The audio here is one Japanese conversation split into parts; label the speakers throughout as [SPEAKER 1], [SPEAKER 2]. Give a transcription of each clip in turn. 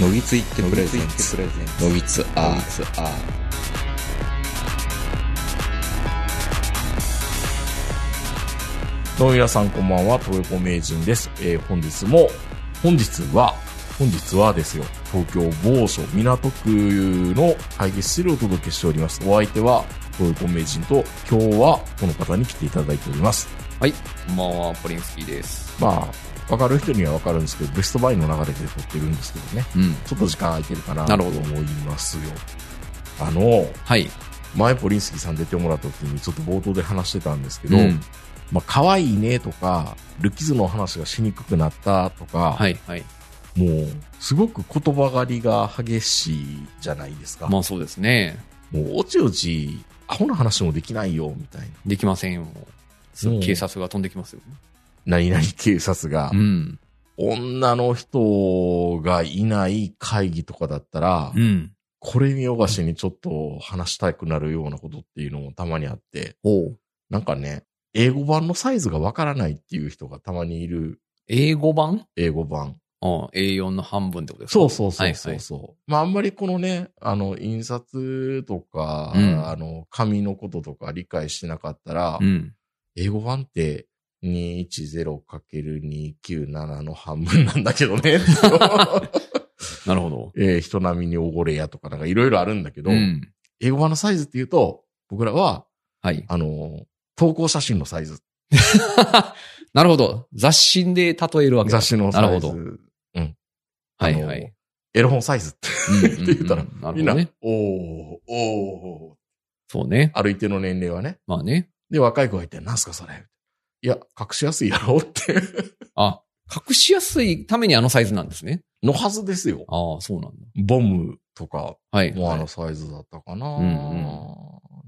[SPEAKER 1] のぎついってプレゼンツのぎつアーツアー
[SPEAKER 2] どうも皆さんこんばんは、東横名人です。えー本日も、本日は、本日はですよ、東京某所港区の会議室でお届けしております。お相手は、東横名人と、今日はこの方に来ていただいております。
[SPEAKER 3] はい、こんばんは、ポリンスキーです。
[SPEAKER 2] まあ、わかる人にはわかるんですけど、ベストバイの流れで撮ってるんですけどね、
[SPEAKER 3] うん。
[SPEAKER 2] ちょっと時間空いてるかな
[SPEAKER 3] な
[SPEAKER 2] と
[SPEAKER 3] る
[SPEAKER 2] 思
[SPEAKER 3] ほど
[SPEAKER 2] いますよ。あの、
[SPEAKER 3] はい。
[SPEAKER 2] 前ポリンスキーさん出てもらった時にちょっと冒頭で話してたんですけど、
[SPEAKER 3] どう
[SPEAKER 2] まあ、可愛いねとか、ルッキズの話がしにくくなったとか、
[SPEAKER 3] はい、はい。
[SPEAKER 2] もう、すごく言葉狩りが激しいじゃないですか。
[SPEAKER 3] まあそうですね。
[SPEAKER 2] もう、おちおち、アホな話もできないよ、みたいな。
[SPEAKER 3] できませんよ。す
[SPEAKER 2] うん
[SPEAKER 3] 警察が飛んできますよ。
[SPEAKER 2] 何々警察が、
[SPEAKER 3] ん。
[SPEAKER 2] 女の人がいない会議とかだったら、
[SPEAKER 3] うん。
[SPEAKER 2] これ見よがしにちょっと話したくなるようなことっていうのもたまにあって、
[SPEAKER 3] おう
[SPEAKER 2] なんかね、英語版のサイズがわからないっていう人がたまにいる
[SPEAKER 3] 英語版
[SPEAKER 2] 英語版。
[SPEAKER 3] あ A4 の半分ってことですか
[SPEAKER 2] そうそうそう
[SPEAKER 3] は
[SPEAKER 2] そ
[SPEAKER 3] いは
[SPEAKER 2] う
[SPEAKER 3] い
[SPEAKER 2] そう、まああんまりこのね、あの、印刷とか、
[SPEAKER 3] うん
[SPEAKER 2] あの、紙のこととか理解してなかったら、
[SPEAKER 3] うん。
[SPEAKER 2] 英語版って 210×297 の半分なんだけど ね。
[SPEAKER 3] なるほど。
[SPEAKER 2] えー人並みにおごれやとかなんかいろいろあるんだけど、
[SPEAKER 3] ん。
[SPEAKER 2] 英語版のサイズって言うと、僕らは、
[SPEAKER 3] はい。
[SPEAKER 2] あの、投稿写真のサイズ、
[SPEAKER 3] なるほど。雑誌で例えるわけだ
[SPEAKER 2] 雑誌のサイズ、
[SPEAKER 3] なるほ
[SPEAKER 2] あ
[SPEAKER 3] は
[SPEAKER 2] の
[SPEAKER 3] いはい。
[SPEAKER 2] エロ本サイズって
[SPEAKER 3] うん
[SPEAKER 2] って言ったら
[SPEAKER 3] うんうんなる
[SPEAKER 2] み
[SPEAKER 3] ほ
[SPEAKER 2] ん
[SPEAKER 3] ど
[SPEAKER 2] な、
[SPEAKER 3] ね。
[SPEAKER 2] おー、おー、
[SPEAKER 3] そうね。
[SPEAKER 2] ある一定の年齢はね。
[SPEAKER 3] まあね。
[SPEAKER 2] で、若い子がいて、なんすかそれ。いや、隠しやすいやろうって。
[SPEAKER 3] あ、隠しやすいためにあのサイズなんですね。
[SPEAKER 2] のはずですよ。
[SPEAKER 3] ああ、そうなんだ。
[SPEAKER 2] ボムとか
[SPEAKER 3] はい。
[SPEAKER 2] もあ
[SPEAKER 3] は
[SPEAKER 2] のサイズだったかな、
[SPEAKER 3] うん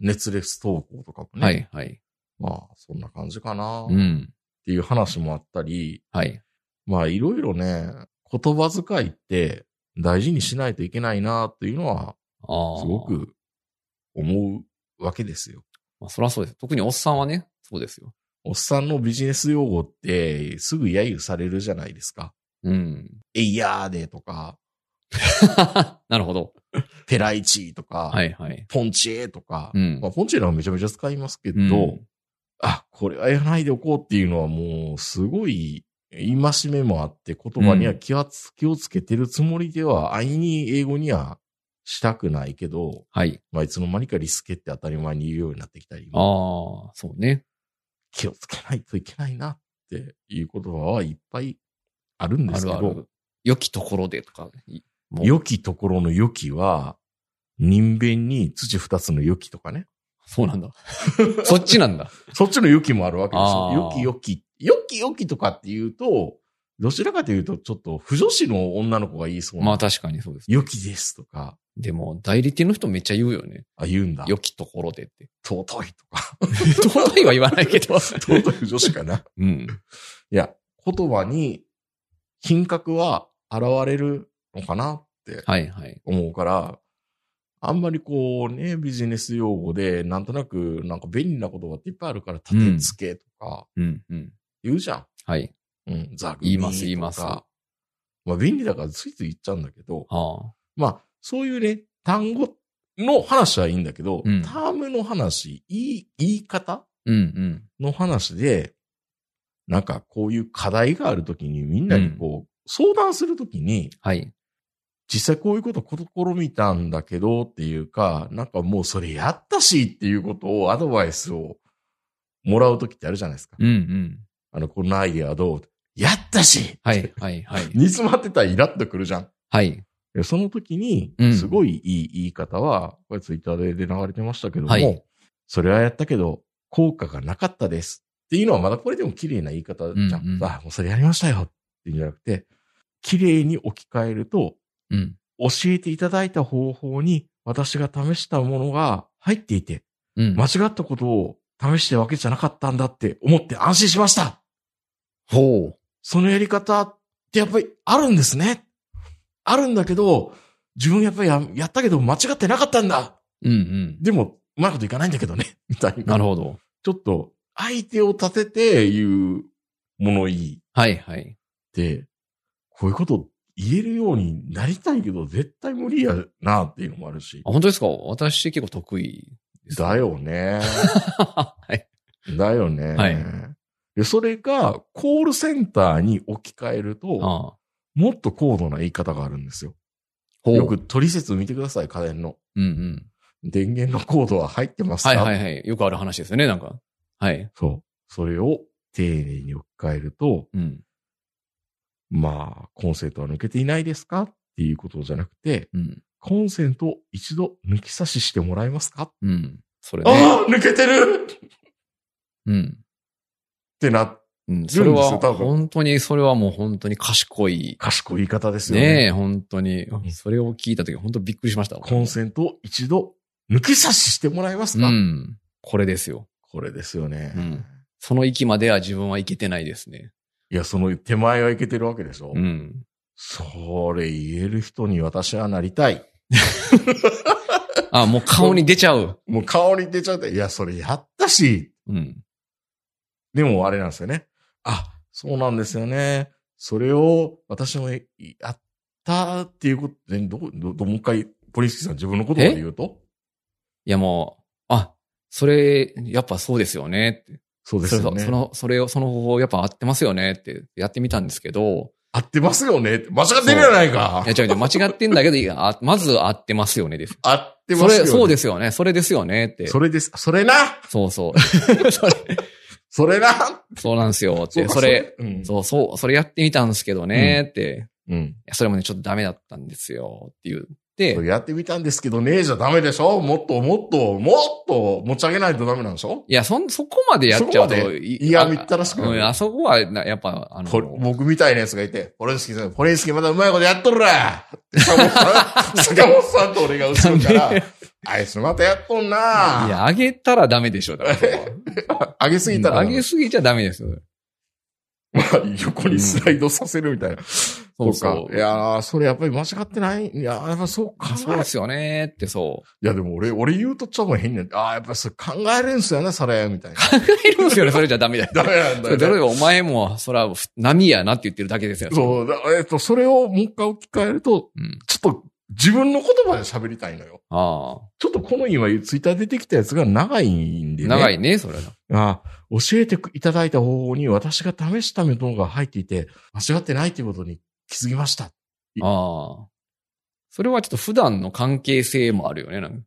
[SPEAKER 2] 熱烈投稿とかも
[SPEAKER 3] い。
[SPEAKER 2] ね。
[SPEAKER 3] はい。はい。
[SPEAKER 2] まあ、そんな感じかな
[SPEAKER 3] う
[SPEAKER 2] っ
[SPEAKER 3] ん。
[SPEAKER 2] ていう話もあったり、
[SPEAKER 3] はい。
[SPEAKER 2] まあ、いろいろね、言葉遣いって大事にしないといけないなっていうのは、
[SPEAKER 3] ああ。
[SPEAKER 2] すごく思うわけですよ。
[SPEAKER 3] まあ、そらそうです。特におっさんはね、そうですよ。
[SPEAKER 2] おっさんのビジネス用語ってすぐ揶揄されるじゃないですか。
[SPEAKER 3] うん。
[SPEAKER 2] えいやーでとか、
[SPEAKER 3] なるほど。
[SPEAKER 2] ペライチとか、
[SPEAKER 3] はいはい。
[SPEAKER 2] ポンチーとか、
[SPEAKER 3] うん
[SPEAKER 2] まあ、。ポンチーはめちゃめちゃ使いますけど、
[SPEAKER 3] うん
[SPEAKER 2] あ、これはやらないでおこうっていうのはもうすごい戒めもあって言葉には気はつ、気をつけてるつもりでは、あいに英語にはしたくないけど、
[SPEAKER 3] はい。
[SPEAKER 2] まあ、いつの間にかリスケって当たり前に言うようになってきたり
[SPEAKER 3] あ、あ、そうね。
[SPEAKER 2] 気をつけないといけないなっていう言葉はいっぱいあるんで
[SPEAKER 3] あ
[SPEAKER 2] すけ
[SPEAKER 3] る
[SPEAKER 2] ど、
[SPEAKER 3] ある。良きところでとか。いもう
[SPEAKER 2] 良きところの良きは、人弁に土二つの良きとかね。
[SPEAKER 3] そうなんだ。 そっちなん だ。
[SPEAKER 2] そっちの良きもあるわけですよ
[SPEAKER 3] あ。ー
[SPEAKER 2] 良き良き。良き良きとかっていうと、どちらかというと、ちょっと、不女子の女の子が言いそうな。
[SPEAKER 3] まあ確かにそうです。
[SPEAKER 2] 良きですとか、
[SPEAKER 3] でも、代理店の人めっちゃ言うよね。
[SPEAKER 2] あ、言うんだ。
[SPEAKER 3] 良きところでって。
[SPEAKER 2] 尊いとか。
[SPEAKER 3] 尊いは言わないけ ど。
[SPEAKER 2] 尊い不女子かな。
[SPEAKER 3] うん。
[SPEAKER 2] いや、言葉に品格は現れるのかなって
[SPEAKER 3] はいはい。
[SPEAKER 2] 思うから、あんまりこうね、ビジネス用語で、なんとなく、なんか便利な言葉っていっぱいあるから、立て付けとか、
[SPEAKER 3] うんうん。
[SPEAKER 2] 言うじゃん。
[SPEAKER 3] はい。
[SPEAKER 2] うん、ザグ
[SPEAKER 3] 言います言います
[SPEAKER 2] まあ便利だからついつい言っちゃうんだけど、
[SPEAKER 3] ああ。
[SPEAKER 2] まあそういうね、単語の話はいいんだけど、
[SPEAKER 3] うん
[SPEAKER 2] タームの話、言い、言い方
[SPEAKER 3] うんうん。
[SPEAKER 2] の話で、なんかこういう課題があるときにみんなにこう、相談するときに、
[SPEAKER 3] はい。
[SPEAKER 2] 実際こういうこと試みたんだけどっていうか、なんかもうそれやったしっていうことをアドバイスをもらうときってあるじゃないですか。
[SPEAKER 3] うんうん。
[SPEAKER 2] あの、このアイデアはどうやったし
[SPEAKER 3] はいはいはい。
[SPEAKER 2] 煮詰まってたらイラッとくるじゃん。
[SPEAKER 3] はい。
[SPEAKER 2] でその時に
[SPEAKER 3] う、ん
[SPEAKER 2] すごいいい言い方は、これツイッターでで流れてましたけども、
[SPEAKER 3] はい
[SPEAKER 2] それはやったけど、効果がなかったです。っていうのはまだこれでも綺麗な言い方じゃん。
[SPEAKER 3] うんうん
[SPEAKER 2] あ、もうそれやりましたよ。っていうんじゃなくて、綺麗に置き換えると、
[SPEAKER 3] うん。
[SPEAKER 2] 教えていただいた方法に私が試したものが入っていて、
[SPEAKER 3] うん。
[SPEAKER 2] 間違ったことを試してるわけじゃなかったんだって思って安心しました
[SPEAKER 3] ほう。
[SPEAKER 2] そのやり方ってやっぱりあるんですね。あるんだけど、自分やっぱりややったけど間違ってなかったんだ。
[SPEAKER 3] うんうん。
[SPEAKER 2] でも、うまいこといかないんだけどね。 みたいな。
[SPEAKER 3] なるほど。
[SPEAKER 2] ちょっと、相手を立てて言うものいいっ
[SPEAKER 3] はいはい。
[SPEAKER 2] て、こういうこと言えるようになりたいけど、絶対無理やなっていうのもあるし。
[SPEAKER 3] あ、本当ですか私結構得意です。
[SPEAKER 2] だ。よ ね。
[SPEAKER 3] はい。
[SPEAKER 2] だよね。
[SPEAKER 3] はい
[SPEAKER 2] で、それが、コールセンターに置き換えると、
[SPEAKER 3] ああ
[SPEAKER 2] もっと高度な言い方があるんですよ。
[SPEAKER 3] ほう
[SPEAKER 2] よく、取説見てください、家電の。
[SPEAKER 3] うんうん。
[SPEAKER 2] 電源のコードは入ってますか
[SPEAKER 3] はいはいはい。よくある話ですよね、なんか。はい。
[SPEAKER 2] そう。それを丁寧に置き換えると、
[SPEAKER 3] うん。
[SPEAKER 2] まあ、コンセントは抜けていないですかっていうことじゃなくて、
[SPEAKER 3] うん。
[SPEAKER 2] コンセントを一度抜き差ししてもらえますか、
[SPEAKER 3] うん。それね。
[SPEAKER 2] ああ抜けてるっ
[SPEAKER 3] うん。
[SPEAKER 2] てな、
[SPEAKER 3] うん。それ
[SPEAKER 2] いる
[SPEAKER 3] は、
[SPEAKER 2] んですよ多分
[SPEAKER 3] 本当に、それはもう本当に賢い。
[SPEAKER 2] 賢い言い方ですよね。
[SPEAKER 3] ねえ、本当に
[SPEAKER 2] ん。
[SPEAKER 3] それを聞いたとき、本当びっくりしました。
[SPEAKER 2] コンセントを一度抜き差ししてもらえます
[SPEAKER 3] う
[SPEAKER 2] か、
[SPEAKER 3] ん。これですよ。
[SPEAKER 2] これですよね。
[SPEAKER 3] うんその域までは自分はいけてないですね。
[SPEAKER 2] いや、その手前はいけてるわけでしょ、
[SPEAKER 3] うん。
[SPEAKER 2] それ言える人に私はなりたい。
[SPEAKER 3] あ、もう顔に出ちゃう。
[SPEAKER 2] もう顔に出ちゃって、いや、それやったし、
[SPEAKER 3] うん。
[SPEAKER 2] でもあれなんですよね。あ、そうなんですよね。それを私もやったっていうことで、どう、どう、どうもう一回、ポリスキーさん自分のことで言うと
[SPEAKER 3] いやもう、あ、それ、やっぱそうですよねって。
[SPEAKER 2] そうですよね。
[SPEAKER 3] それその、それを、その方法、やっぱ合ってますよねって、やってみたんですけど、
[SPEAKER 2] 合ってますよね間違ってるやないか
[SPEAKER 3] いや違う違う、間違ってんだけどいや、あまず合ってますよねです。
[SPEAKER 2] 合って
[SPEAKER 3] そ
[SPEAKER 2] ますよ
[SPEAKER 3] れ、
[SPEAKER 2] ね
[SPEAKER 3] そうですよね、それですよねって。
[SPEAKER 2] それです。それな
[SPEAKER 3] そう そう。それ
[SPEAKER 2] それな
[SPEAKER 3] そうなんですよっ
[SPEAKER 2] そう
[SPEAKER 3] て。
[SPEAKER 2] か
[SPEAKER 3] それ、、
[SPEAKER 2] うん。
[SPEAKER 3] そうそう、それやってみたんですけどねって。い
[SPEAKER 2] うん。
[SPEAKER 3] やそれもね、ちょっとダメだったんですよって言って
[SPEAKER 2] そ、れやってみたんですけどねじゃダメでしょもっともっと、もっと持ち上げないとダメなんでしょ
[SPEAKER 3] いや、そん、そこまでやっちゃう、
[SPEAKER 2] そことまで
[SPEAKER 3] い
[SPEAKER 2] いやみったらしくな
[SPEAKER 3] う
[SPEAKER 2] る
[SPEAKER 3] ん、あそこはな、やっぱ、あの、
[SPEAKER 2] こ僕みたいなやつがいて、ポレンスキーさん、ポレンスキーまだうまいことやっとるな坂本さん、坂本さんと俺が映るから
[SPEAKER 3] なんで、
[SPEAKER 2] あいつまたやっとんない
[SPEAKER 3] や、あげたらダメでしょ、だからそ こは。
[SPEAKER 2] 上げすぎたら、
[SPEAKER 3] 上げすぎちゃダメですよ。
[SPEAKER 2] まあ横にスライドさせるみたいな。
[SPEAKER 3] そう
[SPEAKER 2] そ
[SPEAKER 3] そうう
[SPEAKER 2] か。いやー、それやっぱり間違ってないいやー、やっぱそう考
[SPEAKER 3] そう
[SPEAKER 2] え
[SPEAKER 3] で。すよねって、そう。
[SPEAKER 2] いや、でも俺、俺言うとちょっと変になって、あー、やっぱりそれ考えれんすよね、それ、みたいな。
[SPEAKER 3] いるんですよね、それじゃダ メだよ。
[SPEAKER 2] ダメなん
[SPEAKER 3] そ
[SPEAKER 2] だ
[SPEAKER 3] れ、
[SPEAKER 2] よね
[SPEAKER 3] だ。からお前も、そら、波やなって言ってるだけですよ。
[SPEAKER 2] そう、だえっと、それをもう一回置き換えると、
[SPEAKER 3] うん。
[SPEAKER 2] ちょっと自分の言葉で喋りたいのよ。
[SPEAKER 3] ああ。
[SPEAKER 2] ちょっとこの今、ツイッター出てきたやつが長いんでね。
[SPEAKER 3] 長いね、それは。
[SPEAKER 2] あ教えていただいた方法に私が試したものが入っていて、間違ってないということに気づきました。
[SPEAKER 3] ああ。それはちょっと普段の関係性もあるよね、なんか。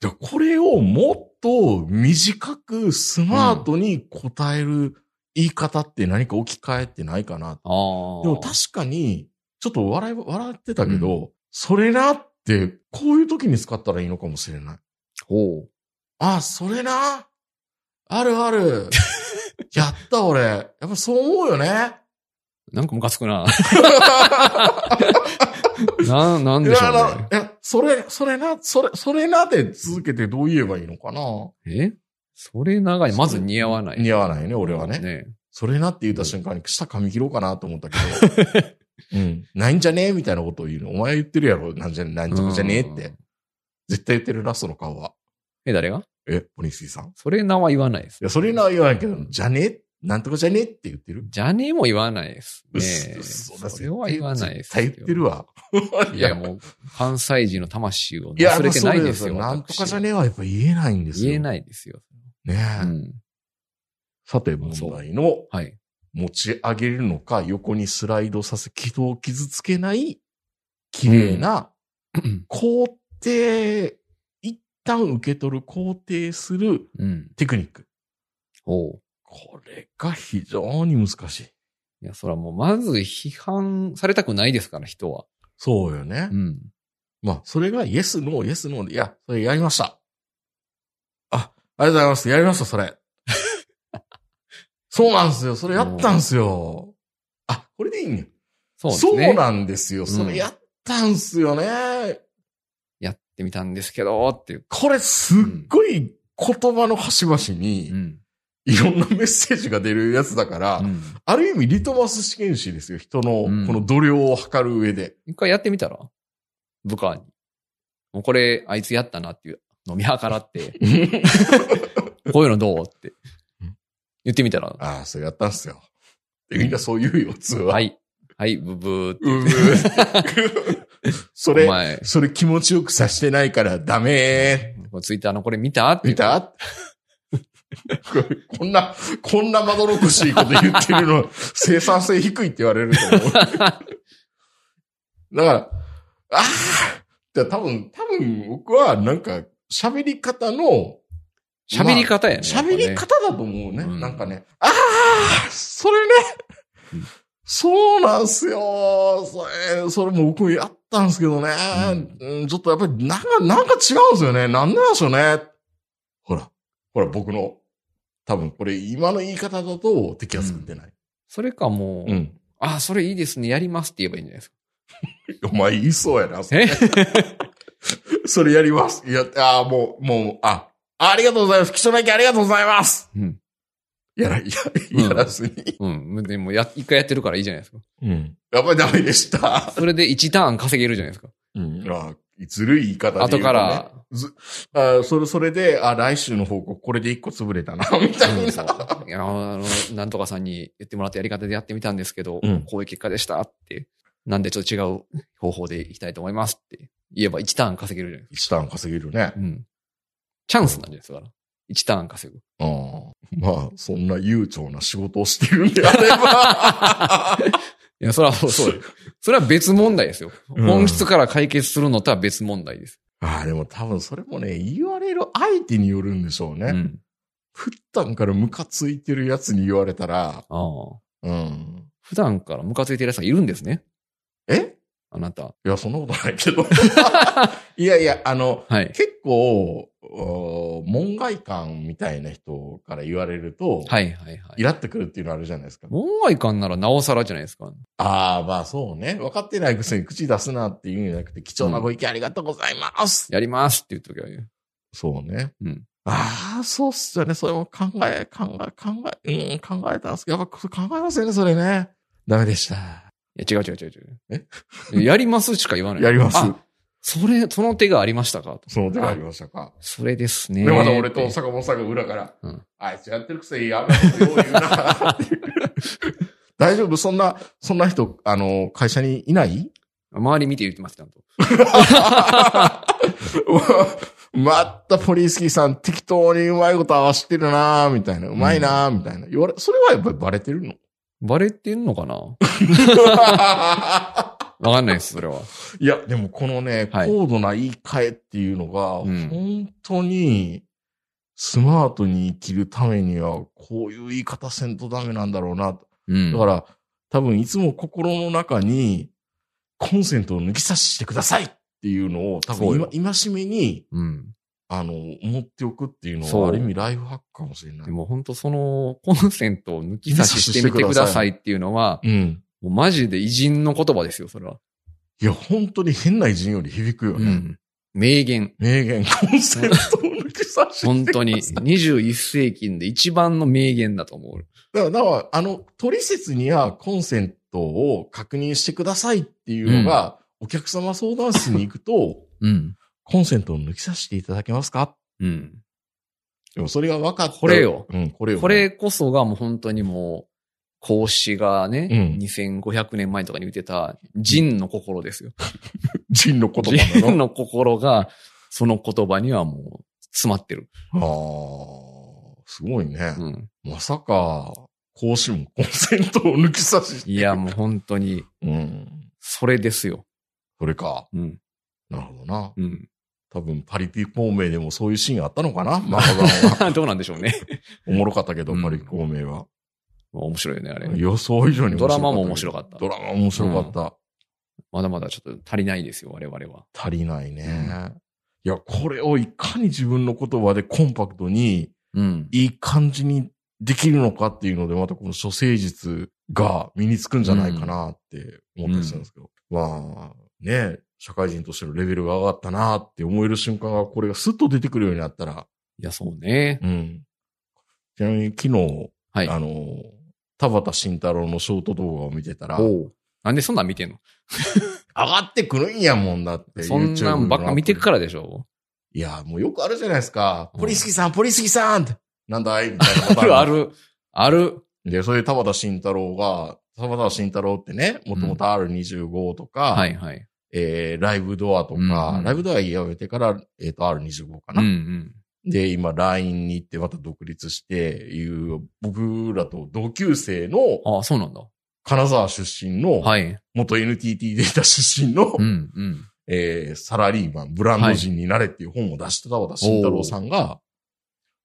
[SPEAKER 2] じゃあこれをもっと短くスマートに答える言い方って何か置き換えてないかな。
[SPEAKER 3] ああ。
[SPEAKER 2] でも確かに、ちょっと笑い、笑ってたけど、それなって、こういう時に使ったらいいのかもしれない。
[SPEAKER 3] ほう。
[SPEAKER 2] あ、それな。あるある。 やった俺。やっぱそう思うよね。
[SPEAKER 3] なんかムカつくな。な、なん
[SPEAKER 2] い
[SPEAKER 3] でし
[SPEAKER 2] や、
[SPEAKER 3] ょ
[SPEAKER 2] あ
[SPEAKER 3] う
[SPEAKER 2] の、いや、それ、それな、それ、それなで続けてどう言えばいいのかな
[SPEAKER 3] ね。えそれ長い。まず似合わない。
[SPEAKER 2] 似合わないね、俺はね。
[SPEAKER 3] ね。
[SPEAKER 2] それなって言った瞬間に、下噛み切ろうかなと思ったけ ど。うん。ないんじゃねえみたいなことを言うの。お前言ってるやろ。なんじゃ、なんじゃじゃねえっ
[SPEAKER 3] う
[SPEAKER 2] て
[SPEAKER 3] ん。。
[SPEAKER 2] 絶対言ってるな、その顔は。
[SPEAKER 3] え、誰が
[SPEAKER 2] え、ポニスキーさん。い
[SPEAKER 3] それ名は言わないです。
[SPEAKER 2] や、それなは言わないけど、じゃねえなんとかじゃねえって言ってる。
[SPEAKER 3] ジャニーも言わないです
[SPEAKER 2] うっ
[SPEAKER 3] ね。
[SPEAKER 2] すうっすだ
[SPEAKER 3] それは言わないです
[SPEAKER 2] 絶対言ってるわ。
[SPEAKER 3] いや、もう、関西人の魂を
[SPEAKER 2] いや、
[SPEAKER 3] 忘れてないですよ。
[SPEAKER 2] まあそうなんと
[SPEAKER 3] 私
[SPEAKER 2] かじゃねえはやっぱ言えないんですよ。
[SPEAKER 3] 言え
[SPEAKER 2] い。
[SPEAKER 3] ないですよ。
[SPEAKER 2] ね
[SPEAKER 3] う
[SPEAKER 2] え。
[SPEAKER 3] ん。
[SPEAKER 2] さて、問題の
[SPEAKER 3] はい。
[SPEAKER 2] 持ち上げるのか、横にスライドさせ、軌道を傷つけない、綺麗な
[SPEAKER 3] うん
[SPEAKER 2] 工程、一旦受け取る工程する
[SPEAKER 3] うん。
[SPEAKER 2] テクニック。
[SPEAKER 3] おう。
[SPEAKER 2] これが非常に難しい。
[SPEAKER 3] いや、それはもう、まず批判されたくないですから、人は。
[SPEAKER 2] そうよね。
[SPEAKER 3] うん。
[SPEAKER 2] まあ、それがイエス、ノー、イエス、ノーで、いや、それやりました。あ、ありがとうございます。やりました、それ。そうなんですよ。それやったんですよ。あ、これでいいんや。
[SPEAKER 3] そうです
[SPEAKER 2] そう
[SPEAKER 3] ね。
[SPEAKER 2] なんですよ。それやったんすよね。
[SPEAKER 3] やってみたんですけど、っていう。
[SPEAKER 2] これすっごい言葉の端々
[SPEAKER 3] う
[SPEAKER 2] に
[SPEAKER 3] ん。
[SPEAKER 2] いろんなメッセージが出るやつだから、
[SPEAKER 3] うん
[SPEAKER 2] ある意味リトマス試験紙ですよ。人の
[SPEAKER 3] うん
[SPEAKER 2] この度量を測る上で。
[SPEAKER 3] 一回やってみたら部下に。もうこれ、あいつやったなっていう、飲み計ら って、こういうのどうって
[SPEAKER 2] うん。
[SPEAKER 3] 言ってみたら、
[SPEAKER 2] ああ、それやったんすよ。でみんなそう言うよ、普通は。
[SPEAKER 3] はい。はい、ブブーって。
[SPEAKER 2] そ
[SPEAKER 3] お
[SPEAKER 2] れ、
[SPEAKER 3] 前、
[SPEAKER 2] それ気持ちよくさしてないからダメ
[SPEAKER 3] ツイッターのこれ見たって
[SPEAKER 2] ー。見たここんな、こんなまどろっこしいこと言ってるの、生産性低いって言われると思う。だから、ああじゃ多分、多分僕はなんか喋り方の、
[SPEAKER 3] 喋り方やね。
[SPEAKER 2] 喋り方だと思うね。
[SPEAKER 3] うん
[SPEAKER 2] なんかね。ああそれね
[SPEAKER 3] うん。
[SPEAKER 2] そうなんすよ。それ、それも僕やったんですけどね。うんちょっとやっぱりなんか、なんか違うんですよね。なんなんでしょうね。ほら、ほら僕の、多分これ今の言い方だと敵は作ってない。
[SPEAKER 3] それかもう、
[SPEAKER 2] ん。
[SPEAKER 3] あ、それいいですね、やりますって言えばいいんじゃないですか。
[SPEAKER 2] お前言いそうやな。それ
[SPEAKER 3] え
[SPEAKER 2] それやります。いや、ああ、もう、もう、あ、ありがとうございます。貴重な意見ありがとうございます。
[SPEAKER 3] うん。
[SPEAKER 2] やら、や、やらずに。
[SPEAKER 3] うん。でも、や、一回やってるからいいじゃないですか。
[SPEAKER 2] うん。やっぱりダメでした。
[SPEAKER 3] それで1ターン稼げるじゃないですか。
[SPEAKER 2] うん。あずるい言い方で言う
[SPEAKER 3] 後
[SPEAKER 2] と、ね。
[SPEAKER 3] から。
[SPEAKER 2] ず。あそれ、それで、あ、来週の報告、これで一個潰れたな、 みたい
[SPEAKER 3] うんそう
[SPEAKER 2] な。
[SPEAKER 3] いやあの、なんとかさんに言ってもらったやり方でやってみたんですけど、
[SPEAKER 2] うん
[SPEAKER 3] こういう結果でしたって。なんでちょっと違う方法でいきたいと思いますって言えば1ターン稼げるじゃないです
[SPEAKER 2] 一ターン稼げるね
[SPEAKER 3] か。。うん。チャンスなんじゃないですか。1ターン 稼ぐ。
[SPEAKER 2] うん。まあ、そんな悠長な仕事をしているんであれ ば。
[SPEAKER 3] いや、それはそうそうよ。それは別問題ですよ。
[SPEAKER 2] うん
[SPEAKER 3] 本質から解決するのとは別問題です。
[SPEAKER 2] ああ、でも多分それもね、言われる相手によるんでしょうね。
[SPEAKER 3] うん。
[SPEAKER 2] 普段からムカついてるやつに言われたら、
[SPEAKER 3] ああ。
[SPEAKER 2] うん。
[SPEAKER 3] 普段からムカついてる奴がいるんですね。
[SPEAKER 2] え
[SPEAKER 3] あなた。
[SPEAKER 2] いや、そんなことない けど。いやいや、あの、
[SPEAKER 3] はい。
[SPEAKER 2] 結構、お門外観みたいな人から言われると、
[SPEAKER 3] はいはいはい。
[SPEAKER 2] イラってくるっていうのあるじゃないですか。
[SPEAKER 3] 門外漢ならなおさらじゃないですか。
[SPEAKER 2] ああ、まあそうね。分かってないくせに口出すなっていうんじゃなくて、貴重なご意見ありがとうございます。
[SPEAKER 3] やりますって言うときは言う。
[SPEAKER 2] そうね。
[SPEAKER 3] うん
[SPEAKER 2] ああ、そうっすよね。それも考え、考え、考え、うん、考えたんですけど、やっぱ考えますよね、それね。ダメでした。
[SPEAKER 3] いや、違う違う違う違う。えやりますしか言わない。
[SPEAKER 2] やります。
[SPEAKER 3] あそれ、その手がありましたかと。
[SPEAKER 2] その手がありましたか。
[SPEAKER 3] それですね。
[SPEAKER 2] で、まだ俺と坂本さんが裏から、
[SPEAKER 3] うん
[SPEAKER 2] あいつやってるくせにやめろよ、言うな。 大丈夫そんな、そんな人、あの、会社にいない
[SPEAKER 3] 周り見て言ってます、ちゃんと。
[SPEAKER 2] またポリスキーさん適当にうまいこと合わせてるなみたいな、うまいなみたいな。言われ、それはやっぱりバレてるの
[SPEAKER 3] バレてんのかなわかんないです、それは。
[SPEAKER 2] いや、でもこのね、
[SPEAKER 3] はい
[SPEAKER 2] 高度な言い換えっていうのが、
[SPEAKER 3] うん
[SPEAKER 2] 本当に、スマートに生きるためには、こういう言い方せんとダメなんだろうなと。
[SPEAKER 3] うん。
[SPEAKER 2] だから、多分いつも心の中に、コンセントを抜き差ししてくださいっていうのを、多
[SPEAKER 3] そう
[SPEAKER 2] 分
[SPEAKER 3] よ
[SPEAKER 2] 今、しめに、
[SPEAKER 3] うん。
[SPEAKER 2] あの、持っておくっていうの
[SPEAKER 3] そう
[SPEAKER 2] は、ある意味ライフハックかもしれない
[SPEAKER 3] で。も本当その、コンセントを抜き差ししてみてくださいっていうのは、
[SPEAKER 2] うん。
[SPEAKER 3] もうマジで偉人の言葉ですよ、それは。
[SPEAKER 2] いや、本当に変な偉人より響くよ
[SPEAKER 3] う
[SPEAKER 2] ね。
[SPEAKER 3] ん。名言。
[SPEAKER 2] 名言、コンセントを抜き差し
[SPEAKER 3] 本
[SPEAKER 2] してください。
[SPEAKER 3] 当に、21世紀で一番の名言だと思う。
[SPEAKER 2] だから、だからあの、取説にはコンセントを確認してくださいっていうのが、お客様相談室に行くと、
[SPEAKER 3] うん。
[SPEAKER 2] コンセントを抜き差していただけますか
[SPEAKER 3] うん。
[SPEAKER 2] でもそれが分かって。
[SPEAKER 3] これよ
[SPEAKER 2] うん、これよ、
[SPEAKER 3] これこそがもう本当にもう、孔子がね、
[SPEAKER 2] うん
[SPEAKER 3] 2500年前とかに言ってた、人の心ですよ。
[SPEAKER 2] 人の言葉な
[SPEAKER 3] 人
[SPEAKER 2] の。
[SPEAKER 3] の心が、その言葉にはもう、詰まってる。
[SPEAKER 2] ああ、すごいね。
[SPEAKER 3] うん。
[SPEAKER 2] まさか、講師もコンセントを抜き差し。
[SPEAKER 3] いや、もう本当に、
[SPEAKER 2] うん。
[SPEAKER 3] それですよ。
[SPEAKER 2] それか。
[SPEAKER 3] うん。
[SPEAKER 2] なるほどな。
[SPEAKER 3] うん。
[SPEAKER 2] 多分、パリピ孔明でもそういうシーンあったのかなマカガン は。
[SPEAKER 3] どうなんでしょうね。
[SPEAKER 2] おもろかったけど、
[SPEAKER 3] うん
[SPEAKER 2] パリピ孔明は。
[SPEAKER 3] 面白いよね、あれ。
[SPEAKER 2] 予想以上に
[SPEAKER 3] ドラマも面白かった
[SPEAKER 2] ドラマも面白かった。
[SPEAKER 3] まだまだちょっと足りないですよ、我々は。
[SPEAKER 2] 足りないね。いや、これをいかに自分の言葉でコンパクトに、
[SPEAKER 3] うん。
[SPEAKER 2] いい感じにできるのかっていうので、またこの処世術が身につくんじゃないかなって思ったりするんですけど。まあ、ね、社会人としてのレベルが上がったなって思える瞬間が、これがスッと出てくるようになったら、
[SPEAKER 3] いや、そうね。
[SPEAKER 2] うん。ちなみに昨日、
[SPEAKER 3] はい
[SPEAKER 2] あの、田畑慎太郎のショート動画を見てたら、上
[SPEAKER 3] おうなんでそんなん見てんの
[SPEAKER 2] がってくるんやもんだって。。
[SPEAKER 3] そんなんばっか見てっかららでしょ
[SPEAKER 2] いや、もうよくあるじゃないですか。
[SPEAKER 3] うん
[SPEAKER 2] ポリスキさん、ポリスキさんってなんだいみたいな
[SPEAKER 3] あ
[SPEAKER 2] こと
[SPEAKER 3] るあ。る。ある。
[SPEAKER 2] で、それで田畑慎太郎が、沢田慎太郎ってね、もともと R25 とか、
[SPEAKER 3] はいはい。
[SPEAKER 2] えーライブドアとか、
[SPEAKER 3] うん
[SPEAKER 2] ライブドアやめてから、えっ、と、R25 か
[SPEAKER 3] う
[SPEAKER 2] な。
[SPEAKER 3] んうん。
[SPEAKER 2] で、今、LINE に行ってまた独立して、いう、僕らと同級生の、
[SPEAKER 3] ああ、そうなんだ。
[SPEAKER 2] 金沢出身の、
[SPEAKER 3] はい。
[SPEAKER 2] 元 NTT データ出身の、
[SPEAKER 3] うんうん。
[SPEAKER 2] えーサラリーマン、ブランド人になれっていう本を出した田慎太郎さんが、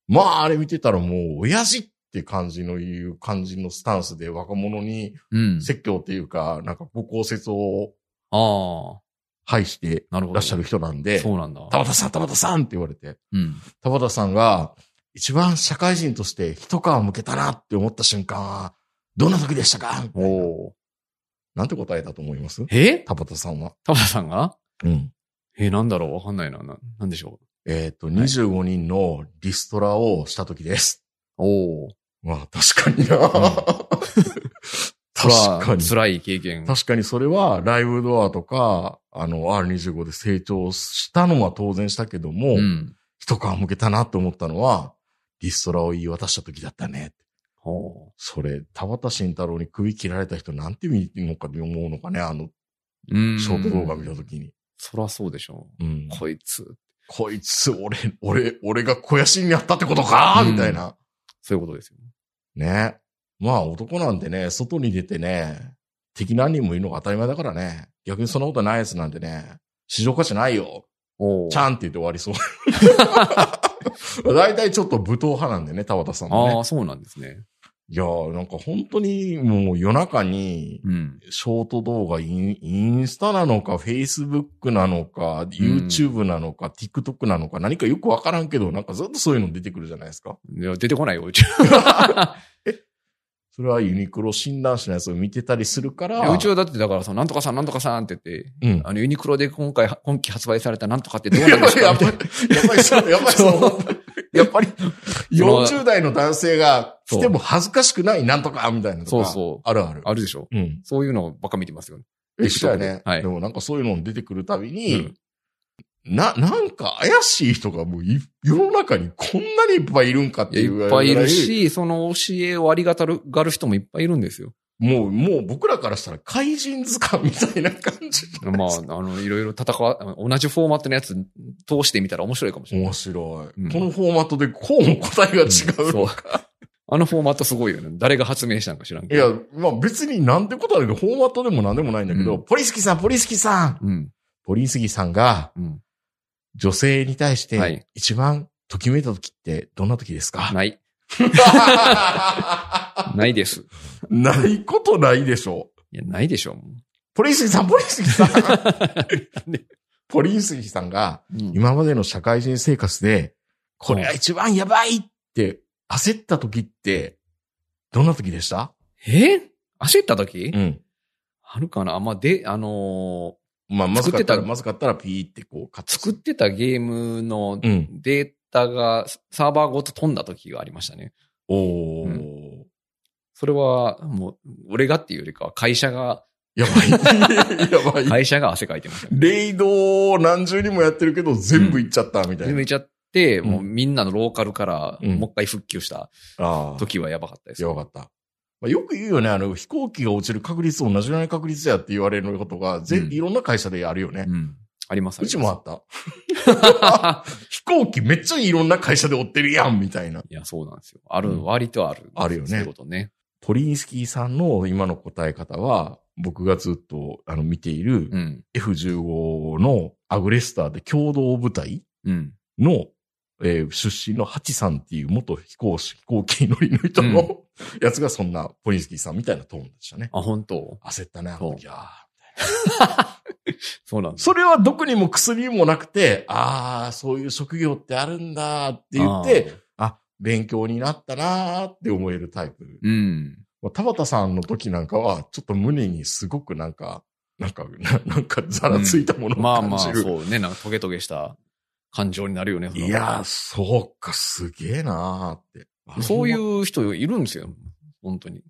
[SPEAKER 2] まあ、あれ見てたらもう、親父って感じのいう感じのスタンスで若者に
[SPEAKER 3] うん。
[SPEAKER 2] 説教っていうか、なんか、ご公説を
[SPEAKER 3] ああ、
[SPEAKER 2] 排して
[SPEAKER 3] なるほど。
[SPEAKER 2] らっしゃる人なんで、
[SPEAKER 3] そうなんだ。
[SPEAKER 2] 田畑さん、田畑さんって言われて、
[SPEAKER 3] うん。
[SPEAKER 2] 田畑さんが、一番社会人として一皮向けたなって思った瞬間は、どんな時でしたかみたいな
[SPEAKER 3] おお。
[SPEAKER 2] なんて答えたと思います
[SPEAKER 3] え
[SPEAKER 2] 田畑さんは。
[SPEAKER 3] 田畑さんが
[SPEAKER 2] うん。
[SPEAKER 3] え、なんだろうわかんないな。な、なんでしょ
[SPEAKER 2] えっ、と、25人のリストラをした時です。
[SPEAKER 3] う。おお。
[SPEAKER 2] まあ、 確かにな。
[SPEAKER 3] そら
[SPEAKER 2] 確かに。
[SPEAKER 3] 辛い経験。
[SPEAKER 2] 確かにそれは、ライブドアとか、あの、R25 で成長したのは当然したけども、
[SPEAKER 3] うん。
[SPEAKER 2] 一皮向けたなと思ったのは、リストラを言い渡した時だったね。
[SPEAKER 3] おお
[SPEAKER 2] それ、田畑慎太郎に首切られた人なんて見るのかと思うのかね、あの、
[SPEAKER 3] う。うん。
[SPEAKER 2] ショート動画見た時に。
[SPEAKER 3] そらそうでしょ
[SPEAKER 2] うん
[SPEAKER 3] う。こいつ。
[SPEAKER 2] こいつ、俺、俺、俺が肥やしになったってことか
[SPEAKER 3] うん
[SPEAKER 2] みたいな。
[SPEAKER 3] そういうことですよ。
[SPEAKER 2] ね。まあ男なんてね、外に出てね、敵何人もいるのが当たり前だからね。逆にそんなことないやつなんてね、市場価値ないよ。
[SPEAKER 3] おお。
[SPEAKER 2] ちゃんって言って終わ りそう。大体ちょっと武闘派なんでね、田畑さんも
[SPEAKER 3] あ
[SPEAKER 2] ね。
[SPEAKER 3] あ、そうなんですね。
[SPEAKER 2] いやー、なんか本当にもう夜中に、
[SPEAKER 3] うん。
[SPEAKER 2] ショート動画イン、インスタなのか、フェイスブックなのか、YouTube なのか、TikTok なのか、何かよくわからんけど、なんかずっとそういうの出てくるじゃないですか。
[SPEAKER 3] いや、出てこないよ、うち。
[SPEAKER 2] それはユニクロ診断士のやつを見てたりするか
[SPEAKER 3] いや
[SPEAKER 2] ら、
[SPEAKER 3] うちはだってだからその、なんとかさん、なんとかさんって言って、
[SPEAKER 2] うん。
[SPEAKER 3] あの、ユニクロで今回、今季発売されたなんとかってどうな
[SPEAKER 2] や
[SPEAKER 3] んで
[SPEAKER 2] ば
[SPEAKER 3] す
[SPEAKER 2] い、や
[SPEAKER 3] かみ
[SPEAKER 2] ば
[SPEAKER 3] た
[SPEAKER 2] い
[SPEAKER 3] いな、
[SPEAKER 2] やばい、そう、やばい、そう。やっぱり、40代の男性が来ても恥ずかしくないなんとか、みたいなとか。
[SPEAKER 3] そうそう
[SPEAKER 2] あるある。
[SPEAKER 3] あるでしょ
[SPEAKER 2] うん。
[SPEAKER 3] そういうのばっか見てますよね。
[SPEAKER 2] 一緒やね。
[SPEAKER 3] はい
[SPEAKER 2] でもなんかそういうの出てくるたび
[SPEAKER 3] う
[SPEAKER 2] に
[SPEAKER 3] ん、
[SPEAKER 2] な、なんか怪しい人がもうい世の中にこんなにいっぱいいるんかっ
[SPEAKER 3] い
[SPEAKER 2] て
[SPEAKER 3] や
[SPEAKER 2] いう
[SPEAKER 3] いっぱいいる。し、その教えをありがたるがる人もいっぱいいるんですよ。
[SPEAKER 2] もう、もう僕らからしたら怪人図鑑みたいな感じ。
[SPEAKER 3] まあ、あの、いろいろ戦わ、同じフォーマットのやつ通してみたら面白いかもしれない。
[SPEAKER 2] 面白い、
[SPEAKER 3] うん
[SPEAKER 2] このフォーマットでこうも答えが違う
[SPEAKER 3] そ
[SPEAKER 2] の
[SPEAKER 3] う
[SPEAKER 2] か。
[SPEAKER 3] あのフォーマットすごいよね。誰が発明したのか知らん
[SPEAKER 2] い
[SPEAKER 3] けど。
[SPEAKER 2] や、まあ別になんてことはないけど、フォーマットでもなんでもないんだけど、
[SPEAKER 3] う
[SPEAKER 2] ポリスキーさん、ポリスキーさん
[SPEAKER 3] うん。
[SPEAKER 2] ポリスキーさんが
[SPEAKER 3] うん。
[SPEAKER 2] 女性に対し
[SPEAKER 3] は
[SPEAKER 2] て
[SPEAKER 3] い
[SPEAKER 2] 一番ときめいた時ってどんな時ですか、
[SPEAKER 3] ない。ないです。い
[SPEAKER 2] ないことないでしょ。
[SPEAKER 3] や、ないでしょう。も
[SPEAKER 2] ポリスギさん、ポリスギ さん。
[SPEAKER 3] うね
[SPEAKER 2] ポリスギさんが、
[SPEAKER 3] うん
[SPEAKER 2] 今までの社会人生活で、これが一番やばいって焦った時って、どんな時でした
[SPEAKER 3] え焦った時
[SPEAKER 2] ん。
[SPEAKER 3] あるかなまあ、で、あの
[SPEAKER 2] まあ、まずかっ
[SPEAKER 3] 作って
[SPEAKER 2] たら、
[SPEAKER 3] た
[SPEAKER 2] まずかったらピーってこう、カ
[SPEAKER 3] ー作ってたゲームの
[SPEAKER 2] うん。
[SPEAKER 3] データがサーバーごと飛んだ時がありましたね。
[SPEAKER 2] おー。
[SPEAKER 3] うそれは、もう、俺がっていうよりかは会社が、
[SPEAKER 2] やばい。 やばい。
[SPEAKER 3] 会社が汗かいてま したね。
[SPEAKER 2] レイドを何十人もやってるけど、全部いっちゃったみたい
[SPEAKER 3] 埋
[SPEAKER 2] な。
[SPEAKER 3] めちゃって、
[SPEAKER 2] うん
[SPEAKER 3] もうみんなのローカルから、
[SPEAKER 2] うん
[SPEAKER 3] もう一回復旧した
[SPEAKER 2] ああ。
[SPEAKER 3] 時はやばかったです。
[SPEAKER 2] やばかった。まあ、よく言うよね、あの、飛行機が落ちる確率同じような確率やって言われることが、ぜ
[SPEAKER 3] うん
[SPEAKER 2] いろんな会社であるよね。
[SPEAKER 3] うん。あります
[SPEAKER 2] うちもあ
[SPEAKER 3] あ
[SPEAKER 2] った。
[SPEAKER 3] りま
[SPEAKER 2] 飛行機めっちゃいろんな会社で追ってるやんみたいな。
[SPEAKER 3] すいや、そうなんですよ。ある、
[SPEAKER 2] うん
[SPEAKER 3] 割とある。
[SPEAKER 2] あるよね
[SPEAKER 3] そういうことね。
[SPEAKER 2] ポリンスキーさんの今の答え方は、僕がずっとあの見ている
[SPEAKER 3] うん。
[SPEAKER 2] F15 のアグレスターで共同部隊
[SPEAKER 3] うん。
[SPEAKER 2] の、えー出身のハチさんっていう元飛行士、飛行機乗りの人の、やつがそんなポリンスキーさんみたいなトーンでしたね。
[SPEAKER 3] あ、本当
[SPEAKER 2] 焦ったね、あの時は。
[SPEAKER 3] そうなんです。
[SPEAKER 2] それは毒にも薬にもなくて、ああ、そういう職業ってあるんだって言って、あ勉強になったなーって思えるタイプ。
[SPEAKER 3] うん。
[SPEAKER 2] まあ田畑さんの時なんかは、ちょっと胸にすごくなんか、なんか、な なんかざらついたものを
[SPEAKER 3] まあま
[SPEAKER 2] 感
[SPEAKER 3] あ、
[SPEAKER 2] じる。
[SPEAKER 3] そうね。なんかトゲトゲした感情になるよね。その
[SPEAKER 2] いやー、そうか、すげえなーって。あ
[SPEAKER 3] そういう人いるんですよ。本当に。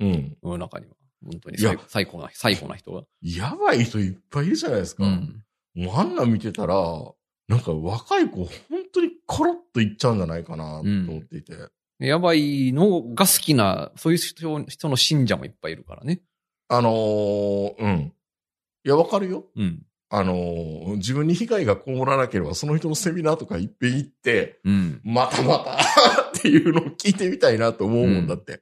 [SPEAKER 2] うん。
[SPEAKER 3] 世の中には。本当に
[SPEAKER 2] いや
[SPEAKER 3] 最最高な、最高な人が。
[SPEAKER 2] やばい人いっぱいいるじゃないですか。
[SPEAKER 3] うん。
[SPEAKER 2] もうあんな見てたら、なんか若い子、本当にコロッといっちゃうんじゃないかなと思っていて。
[SPEAKER 3] やばいのが好きな、そういう人人の信者もいっぱいいるからね。
[SPEAKER 2] あのーうん。いや、わかるよ。
[SPEAKER 3] うん。
[SPEAKER 2] あのー自分に被害がこもらなければ、その人のセミナーとかいっぺん行って、
[SPEAKER 3] うん。
[SPEAKER 2] またまた っていうのを聞いてみたいなと思うも
[SPEAKER 3] うん
[SPEAKER 2] んだって。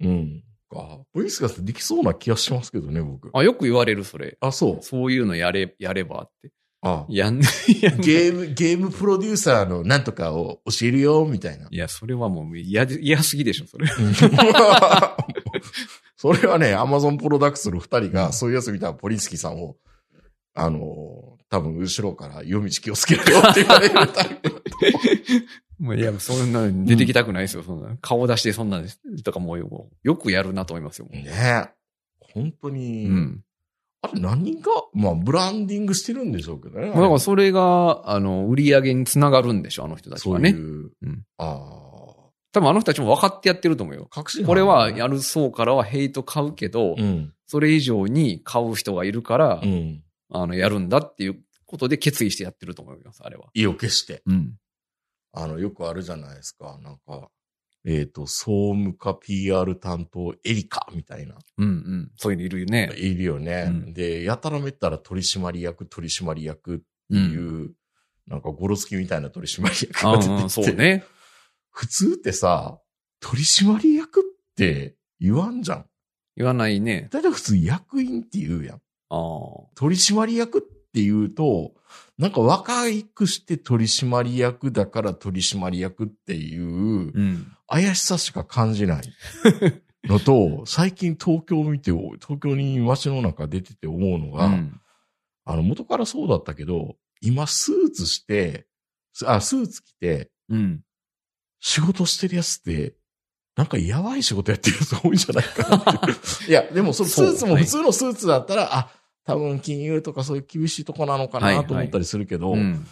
[SPEAKER 2] うん。か。ボイスガスできそうな気がしますけどね、僕。
[SPEAKER 3] あ、よく言われる、それ。
[SPEAKER 2] あ、そう。
[SPEAKER 3] そういうのやれ、やればって。
[SPEAKER 2] あ
[SPEAKER 3] やんない。 やんない
[SPEAKER 2] ゲーム、ゲームプロデューサーのなんとかを教えるよ、みたいな。
[SPEAKER 3] いや、それはもう嫌で、嫌すぎでしょ、それ。
[SPEAKER 2] それはね、アマゾンプロダクツの二人が、そういうやつ見たらポリンスキーさんを、あのー、多分後ろから夜道気をつけるよって言われるタイプ。
[SPEAKER 3] もういや、そんなの出てきたくないですよ、そんな。顔出してそんなんですとかもうよよくやるなと思いますよ。もう
[SPEAKER 2] ね本当に、
[SPEAKER 3] うん。
[SPEAKER 2] あれ何人か、まあ、ブランディングしてるんでしょうけどね。
[SPEAKER 3] まあだからそれが、あの、売り上げにつながるんでしょ、あの人たち
[SPEAKER 2] そ
[SPEAKER 3] は
[SPEAKER 2] うい
[SPEAKER 3] ね。
[SPEAKER 2] う、
[SPEAKER 3] うん
[SPEAKER 2] あ
[SPEAKER 3] 多分あの人たちも分かってやってると思うよ。
[SPEAKER 2] あ、確信
[SPEAKER 3] これはや
[SPEAKER 2] る。
[SPEAKER 3] る層からはヘイト買うけど、
[SPEAKER 2] うん。
[SPEAKER 3] それ以上に買う人がいるから、
[SPEAKER 2] うん。
[SPEAKER 3] あの、やるんだっていうことで決意してやってると思います、あれは。
[SPEAKER 2] 意を決して。
[SPEAKER 3] うん。
[SPEAKER 2] あの、よくあるじゃないですか。なんか、えっ、と、総務課 PR 担当エリカみたいな。
[SPEAKER 3] うんうん。そういうのいるよね。
[SPEAKER 2] いるよね。
[SPEAKER 3] うん
[SPEAKER 2] で、やたらめったら取締役、取締役
[SPEAKER 3] う。、
[SPEAKER 2] っていうんなんかゴロつきみたいな取締役
[SPEAKER 3] あ
[SPEAKER 2] が出てきて、
[SPEAKER 3] あ、そうね。
[SPEAKER 2] 普通ってさ、取締役って言わんじゃん。
[SPEAKER 3] 言わないね。
[SPEAKER 2] だいたい普通役員って言うやん。
[SPEAKER 3] ああ。
[SPEAKER 2] 取締役って言うと、なんか若くして取締役だから取締役っていう
[SPEAKER 3] うん。
[SPEAKER 2] 怪しさしか感 じないのと、最近東京を見て、東京に街の中出てて思うのが、
[SPEAKER 3] うん
[SPEAKER 2] あの、元からそうだったけど、今スーツして、すあ、スーツ着て、
[SPEAKER 3] うん。
[SPEAKER 2] 仕事してるやつって、なんかやばい仕事やってるやつ多いんじゃないかな って。いや、でもそのス
[SPEAKER 3] そう
[SPEAKER 2] ーツも普通のスーツだったら、あ、多分金融とかそういう厳しいとこなのか
[SPEAKER 3] はいは
[SPEAKER 2] ないと思ったりするけど、
[SPEAKER 3] うん。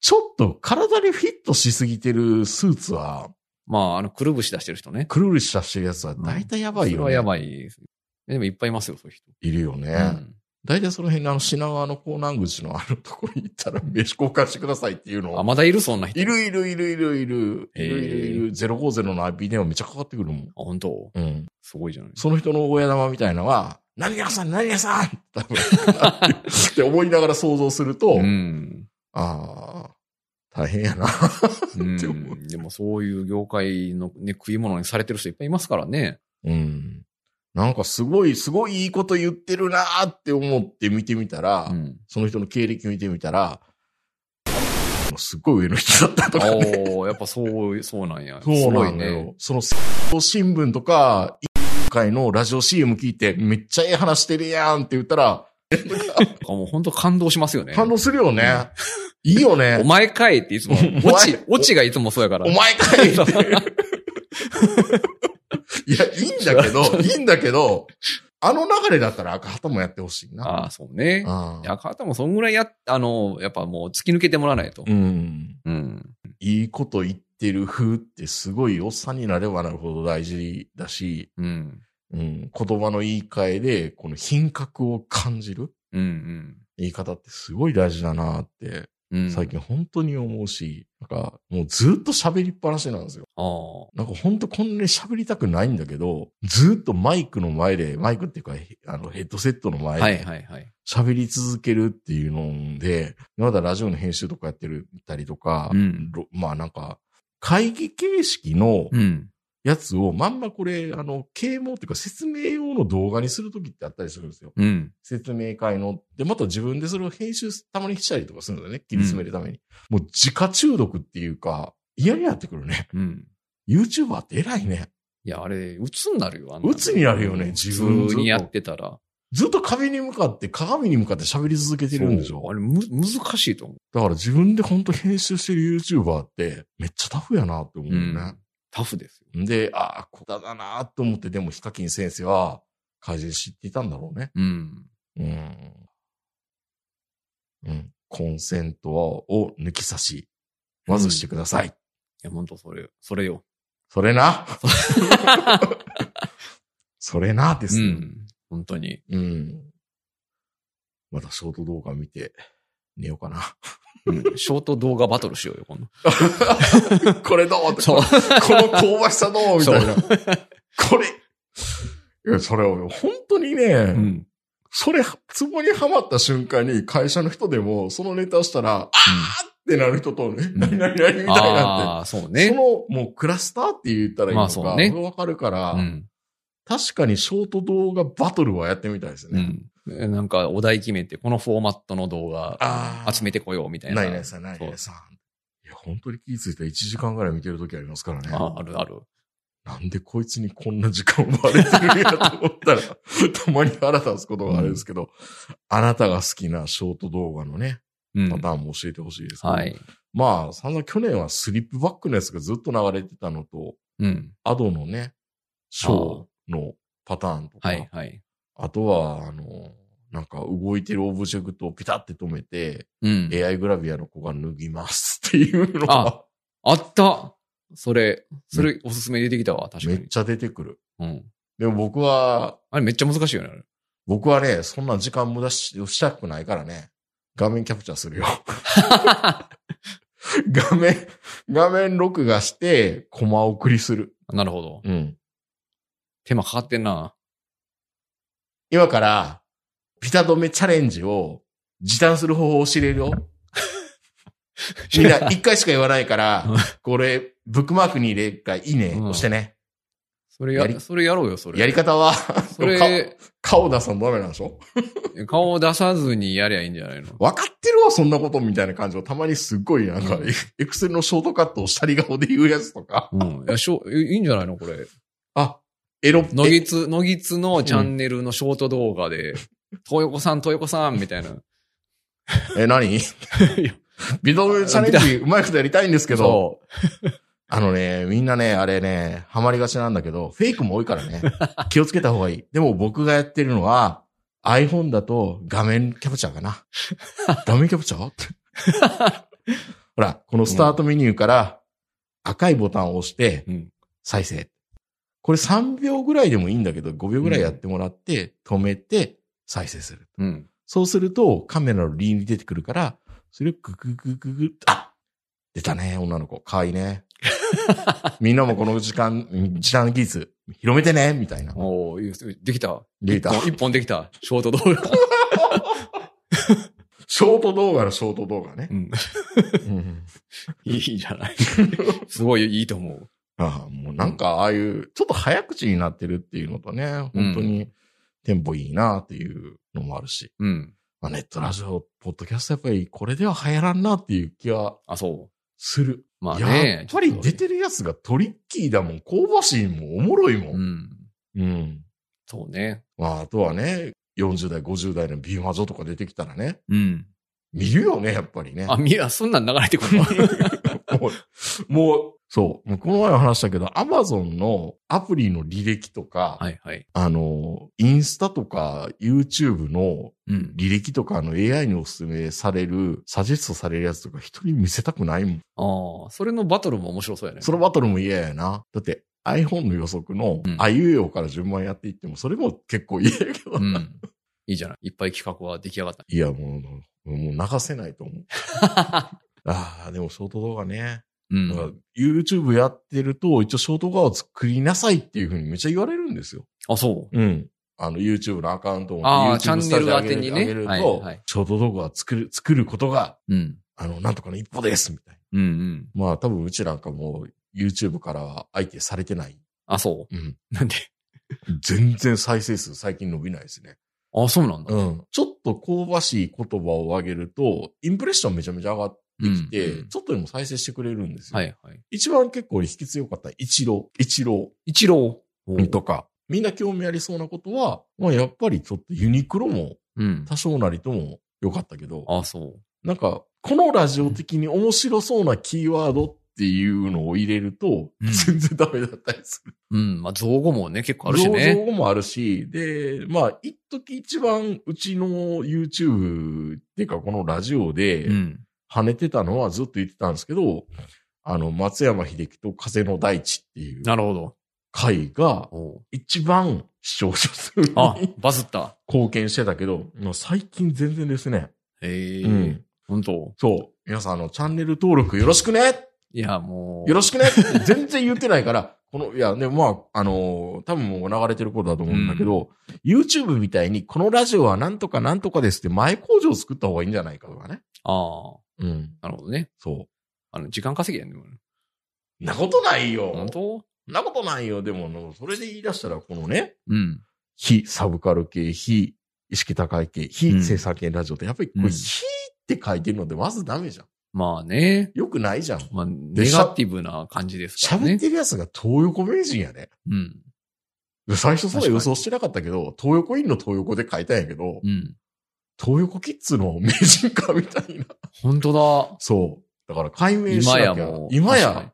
[SPEAKER 2] ちょっと体にフィットしすぎてるスーツは、
[SPEAKER 3] まあ、あの、くるぶし出してる人ね。
[SPEAKER 2] くるりしたしてるやつは大体やばい
[SPEAKER 3] それ
[SPEAKER 2] よ
[SPEAKER 3] は
[SPEAKER 2] ね。
[SPEAKER 3] やばいです。でもいっぱいいますよ、そういう人。
[SPEAKER 2] いるよね。
[SPEAKER 3] うん
[SPEAKER 2] 大体その辺のあの品川の港南口のあるところに行ったら飯交換してくださいっていうのを
[SPEAKER 3] あ、まだいるそんな人。
[SPEAKER 2] いるいるいるいるいる。
[SPEAKER 3] へー
[SPEAKER 2] いるいるいる。050の IP 電話めっちゃかかってくるもん。
[SPEAKER 3] あ、本当
[SPEAKER 2] うん。
[SPEAKER 3] すごいじゃない
[SPEAKER 2] その人の親玉みたいなのは、何々さん何々さん多分って思いながら想像すると、
[SPEAKER 3] う ん。
[SPEAKER 2] ああ、大変やな。
[SPEAKER 3] うん
[SPEAKER 2] って思う
[SPEAKER 3] でもそういう業界のね、食い物にされてる人いっぱいいますからね。
[SPEAKER 2] うん。なんかすごい、すごいいいこと言ってるなーって思って見てみたら、
[SPEAKER 3] うん。
[SPEAKER 2] その人の経歴見てみたら、 すっごい上の人だったとかね。
[SPEAKER 3] おーやっぱそう、そうなんや。
[SPEAKER 2] そうな
[SPEAKER 3] すごい
[SPEAKER 2] んだよ
[SPEAKER 3] ね。。
[SPEAKER 2] その、新聞とか、会のラジオ CM 聞いて、めっちゃええ話してるやんって言ったら、
[SPEAKER 3] なんかもう本当感動しますよね。
[SPEAKER 2] 反応するよね。いいよ
[SPEAKER 3] お
[SPEAKER 2] ね。
[SPEAKER 3] 前かいっていつも、
[SPEAKER 2] お前
[SPEAKER 3] オチ、オチがいつもそうやから。
[SPEAKER 2] お前 かいって。いや、いいんだ けど、いいんだけど、あの流れだったら赤旗もやってほしい
[SPEAKER 3] あ
[SPEAKER 2] な。
[SPEAKER 3] あ、そうね。
[SPEAKER 2] あ
[SPEAKER 3] いや、方もそんぐらいや、あの、やっぱもう突き抜けてもらわないと
[SPEAKER 2] う。ん。
[SPEAKER 3] うん。
[SPEAKER 2] いいこと言ってる風ってすごいおっさんになればなるほど大事だし、
[SPEAKER 3] うん。
[SPEAKER 2] うん、言葉の言い換えで、この品格を感じる。
[SPEAKER 3] うん。
[SPEAKER 2] 言い方ってすごい大事だなって、
[SPEAKER 3] うん。うん。
[SPEAKER 2] 最近本当に思うし、なんかもうずっと喋りっぱなしなんですよ。
[SPEAKER 3] ああ。
[SPEAKER 2] なんか本当こんなに喋りたくないんだけど、ずっとマイクの前で、マイクっていうか、へあのヘッドセットの
[SPEAKER 3] は
[SPEAKER 2] 前
[SPEAKER 3] い
[SPEAKER 2] で
[SPEAKER 3] はいはい。
[SPEAKER 2] 喋り続けるっていうので、まだラジオの編集とかやってるたりとか、
[SPEAKER 3] うん
[SPEAKER 2] ろまあなんか、会議形式の
[SPEAKER 3] うん。
[SPEAKER 2] やつをまんまこれ、あの、啓蒙っていうか説明用の動画にするときってあったりするんですよ。
[SPEAKER 3] うん。
[SPEAKER 2] 説明会の、で、また自分でそれを編集たまにしたりとかするんだよね。切り詰めるために。もう自家中毒っていうか、嫌になってくるね。
[SPEAKER 3] うん。
[SPEAKER 2] YouTuber って偉いね。
[SPEAKER 3] いや、あれ、鬱になるよ、あんなの
[SPEAKER 2] 鬱になるよね、自分
[SPEAKER 3] 普
[SPEAKER 2] ず
[SPEAKER 3] 通
[SPEAKER 2] っと
[SPEAKER 3] にやってたら。
[SPEAKER 2] ずっと壁に向かって、鏡に向かって喋り続けてるんでし
[SPEAKER 3] そうあ
[SPEAKER 2] ょ
[SPEAKER 3] れ、む、難しいと思
[SPEAKER 2] だから自分で本当編集してる YouTuber って、めっちゃタフやなって思
[SPEAKER 3] う。
[SPEAKER 2] うよね。。
[SPEAKER 3] タフですよ。
[SPEAKER 2] で、ああ、こだだなと思って、でもヒカキン先生は、改善知っていたんだろうね。
[SPEAKER 3] うん。
[SPEAKER 2] うん。うん。コンセントを抜き差し、まずしてください。
[SPEAKER 3] いや、ほんとそれ、それよ。
[SPEAKER 2] それ な。それなで
[SPEAKER 3] う
[SPEAKER 2] す、
[SPEAKER 3] ん。本当に。
[SPEAKER 2] うん。またショート動画見て、寝ようかな。
[SPEAKER 3] うんショート動画バトルしようよ、今度。
[SPEAKER 2] これどうっ て
[SPEAKER 3] そう
[SPEAKER 2] このこの香ばしさどうみたいな。これ、いや、それを、本当にね、
[SPEAKER 3] うん。
[SPEAKER 2] それ、ツボにはまった瞬間に会社の人でも、そのネタしたら、あってなる人と、ね、何々何々みたいになって。
[SPEAKER 3] ああ、そう
[SPEAKER 2] そ
[SPEAKER 3] ね。
[SPEAKER 2] の、もうクラスターって言ったらいい
[SPEAKER 3] ま
[SPEAKER 2] の
[SPEAKER 3] あ
[SPEAKER 2] か、
[SPEAKER 3] そうね
[SPEAKER 2] それわかるから、
[SPEAKER 3] うん。
[SPEAKER 2] 確かにショート動画バトルはやってみたいですね。
[SPEAKER 3] うん。なんか、お題決めて、このフォーマットの動画
[SPEAKER 2] ああ。
[SPEAKER 3] 集めてこようみたいな。
[SPEAKER 2] ないないさ、ないないさ。いや、本当に気づいたら1時間ぐらい見てる時ありますからね。
[SPEAKER 3] ああるある。
[SPEAKER 2] なんでこいつにこんな時間奪われてるんやと思ったら、 たまに腹立つことがあれですけど、あなたが好きなショート動画のね、
[SPEAKER 3] うん
[SPEAKER 2] パターンも教えてほしいです、ね
[SPEAKER 3] はい。
[SPEAKER 2] まあ、散々去年はスリップバックのやつがずっと流れてたのと、
[SPEAKER 3] うん。
[SPEAKER 2] アドのね、ショーのパターンとか、
[SPEAKER 3] はい、はい。
[SPEAKER 2] あとは、あの、なんか動いてるオブジェクトをピタって止めて、
[SPEAKER 3] うん。
[SPEAKER 2] AI グラビアの子が脱ぎますっていうのが
[SPEAKER 3] あ、あったそれ、それおすすめ出てきたわ、確か
[SPEAKER 2] め
[SPEAKER 3] に
[SPEAKER 2] っ。ちゃ出てくる。
[SPEAKER 3] うん。
[SPEAKER 2] でも僕は、
[SPEAKER 3] あれめっちゃ難しいよね、あれ
[SPEAKER 2] 僕はね、そんな時間無駄ししたくないからね、画面キャプチャ ーするよ。画面、画面録画して、コマ送りする。
[SPEAKER 3] なるほど。
[SPEAKER 2] うん。
[SPEAKER 3] 手間かかってんな。
[SPEAKER 2] 今から、ピタ止めチャレンジを時短する方法を教え るよ。みんな一回しか言わないから
[SPEAKER 3] うん、
[SPEAKER 2] これ、ブックマークに入れるか、いいね、押してね。
[SPEAKER 3] それ
[SPEAKER 2] やり
[SPEAKER 3] や、それやろうよ、それ。
[SPEAKER 2] やり方は、
[SPEAKER 3] それ、
[SPEAKER 2] 顔出さんダメなんでしょ
[SPEAKER 3] 顔出さずにやりゃいいんじゃないの
[SPEAKER 2] 分かってるわ、そんなことみたいな感じを、たまにすっごい、なんか
[SPEAKER 3] うん、
[SPEAKER 2] エクセルのショートカットをシャリ顔で言うやつとか、
[SPEAKER 3] うん。いや、しょ、いいいんじゃないのこれ。
[SPEAKER 2] あ、エロ、
[SPEAKER 3] のぎつ、のぎつのチャンネルのショート動画で、東横さん、東横さん、みたいな。
[SPEAKER 2] え、え 何ビドルチャレンジ、うまいことやりたいんですけど、
[SPEAKER 3] そ
[SPEAKER 2] あのね、みんなね、あれね、ハマりがちなんだけど、フェイクも多いか らね、気をつけた方がいい。でも僕がやってるのは、iPhone だと画面キャプチャー かな。画面キャプチャーって。ほら、このスタートメニューから赤いボタンを押して、
[SPEAKER 3] う。うん。
[SPEAKER 2] 再生。これ3秒ぐらいでもいいんだけど、5秒ぐらいやってもらって、止めて、再生する。
[SPEAKER 3] うん。
[SPEAKER 2] そうすると、カメラのリーンに出てくるから、それをグググググってあ出たね、女の子。可愛 いね。みんなもこの時間、時短技術、広めてね、みたいな。
[SPEAKER 3] おーいいですできた。
[SPEAKER 2] データ。
[SPEAKER 3] 一本できた。ショート動画。
[SPEAKER 2] ショート動画のショート動画ね
[SPEAKER 3] う。ん。
[SPEAKER 2] うん
[SPEAKER 3] いいじゃない。 すごいいいと思う。
[SPEAKER 2] ああもうなんか、ああいう、ちょっと早口になってるっていうのとね、本当にテンポいいなっていうのもあるし。
[SPEAKER 3] うん。
[SPEAKER 2] まあ、ネットラジオ、ポッドキャストやっぱりこれでは流行らんなっていう気は
[SPEAKER 3] あ、そ
[SPEAKER 2] する。
[SPEAKER 3] う。まあ
[SPEAKER 2] やっ
[SPEAKER 3] ね。
[SPEAKER 2] ぱり出
[SPEAKER 3] る。
[SPEAKER 2] てるやつがトリッキーだもん、香ばしいもん、おもろいも。
[SPEAKER 3] うんん。
[SPEAKER 2] うん。
[SPEAKER 3] そうね。
[SPEAKER 2] まあ、あとはね、40代、50代の美魔女とか出てきたらね、
[SPEAKER 3] うん。
[SPEAKER 2] 見るよね、やっぱりね。
[SPEAKER 3] あ、み、あ、そんなん流れてく るの
[SPEAKER 2] もう、 もうそう。もうこの前も話したけど、アマゾンのアプリの履歴とか、
[SPEAKER 3] はいはい。
[SPEAKER 2] あの、インスタとか YouTube の
[SPEAKER 3] うん。
[SPEAKER 2] 履歴とか、あの AI におすすめされる、サジェストされるやつとか、人に見せたくないもん。
[SPEAKER 3] ああ、それのバトルも面白そうやね。
[SPEAKER 2] そのバトルも嫌やな。だって iPhone の予測の
[SPEAKER 3] うん
[SPEAKER 2] あいうえおから順番やっていっても、それも結構嫌やけど。
[SPEAKER 3] うん。いいじゃない。いっぱい企画は出来上がった。
[SPEAKER 2] いや、もう、もう流せない と思う。ああ、でもショート動画ね。
[SPEAKER 3] う
[SPEAKER 2] だから
[SPEAKER 3] ん。
[SPEAKER 2] YouTube やってると、一応ショート動画を作りなさいっていうふうにめっちゃ言われるんですよ。
[SPEAKER 3] あ、そう。
[SPEAKER 2] うん。あの YouTube のアカウントを
[SPEAKER 3] あ
[SPEAKER 2] YouTube
[SPEAKER 3] あチャンネル宛てにね
[SPEAKER 2] スタジオ上げる上げると、
[SPEAKER 3] はいはい
[SPEAKER 2] ショート動画を作る、作ることが、
[SPEAKER 3] うん。
[SPEAKER 2] あの、なんとかの一歩です、みたい
[SPEAKER 3] うんうん。
[SPEAKER 2] な。まあ多分うちなんかもう YouTube からは相手されてない。
[SPEAKER 3] あ、そ
[SPEAKER 2] うん。
[SPEAKER 3] う。なんで
[SPEAKER 2] 全然再生数最近伸びないですね。
[SPEAKER 3] あ、そうなんだ。
[SPEAKER 2] うん。ちょっと香ばしい言葉を上げると、インプレッションめちゃめちゃ上がってきて、
[SPEAKER 3] うんうん
[SPEAKER 2] ちょっとでも再生してくれるんですよ。
[SPEAKER 3] はいはい。
[SPEAKER 2] 一番結構引き強かった一郎、一郎
[SPEAKER 3] 一郎。
[SPEAKER 2] とか、みんな興味ありそうなことは、まあやっぱりちょっとユニクロも
[SPEAKER 3] うん。
[SPEAKER 2] 多少なりとも良かったけど、
[SPEAKER 3] あ、そう。
[SPEAKER 2] なんか、このラジオ的に面白そうなキーワードっていうのを入れると、
[SPEAKER 3] うん
[SPEAKER 2] 全然ダメだったりする。
[SPEAKER 3] うん。まあ、造語もね、結構あるしね。
[SPEAKER 2] 造語もあるし、で、まあ、一時一番うちの YouTube っていうかこのラジオで
[SPEAKER 3] うん。
[SPEAKER 2] 跳ねてたのはずっと言ってたんですけど、あの、松山秀樹と風の大地っていう
[SPEAKER 3] なるほど。
[SPEAKER 2] 回が
[SPEAKER 3] おう
[SPEAKER 2] 一番視聴者数に
[SPEAKER 3] あ、バズった。
[SPEAKER 2] 貢献してたけど、まあ最近全然ですね。
[SPEAKER 3] ええ
[SPEAKER 2] うん。
[SPEAKER 3] 本当
[SPEAKER 2] そう。皆さん、あの、チャンネル登録よろしくね
[SPEAKER 3] いや、もう。
[SPEAKER 2] よろしくねって全然言ってないから、 この、いやね、まあ、あのー多分もう流れてることだと思うんだけど、YouTube みたいに、このラジオはなんとかなんとかですって前工場を作った方がいいんじゃないかとかね。
[SPEAKER 3] あ
[SPEAKER 2] うん。
[SPEAKER 3] あ、なるほどね。
[SPEAKER 2] そ
[SPEAKER 3] あの、時間稼ぎやね。でもね
[SPEAKER 2] う。んなことないよ。
[SPEAKER 3] 本当
[SPEAKER 2] んなことないよ。でもの、それで言い出したら、このね、
[SPEAKER 3] うん。
[SPEAKER 2] 非サブカル系、非意識高い系、非生産系ラジオって、やっぱりこ
[SPEAKER 3] う
[SPEAKER 2] れ、
[SPEAKER 3] ん
[SPEAKER 2] 非って書いてるのってまずダメじゃん。
[SPEAKER 3] まあね。
[SPEAKER 2] よくないじゃん。
[SPEAKER 3] まあ、ネガティブな感じですから
[SPEAKER 2] 喋
[SPEAKER 3] ね
[SPEAKER 2] っ。てるやつが東横名人やね。
[SPEAKER 3] うん。
[SPEAKER 2] 最初それ予想してなかったけど、東横インの東横で書いたんやけど、
[SPEAKER 3] うん。
[SPEAKER 2] 東横キッズの名人かみた いな。
[SPEAKER 3] 本当
[SPEAKER 2] そう。だから解
[SPEAKER 3] だ。
[SPEAKER 2] 明しな
[SPEAKER 3] 今
[SPEAKER 2] きゃ
[SPEAKER 3] やもう。
[SPEAKER 2] 今
[SPEAKER 3] 確かに
[SPEAKER 2] や。。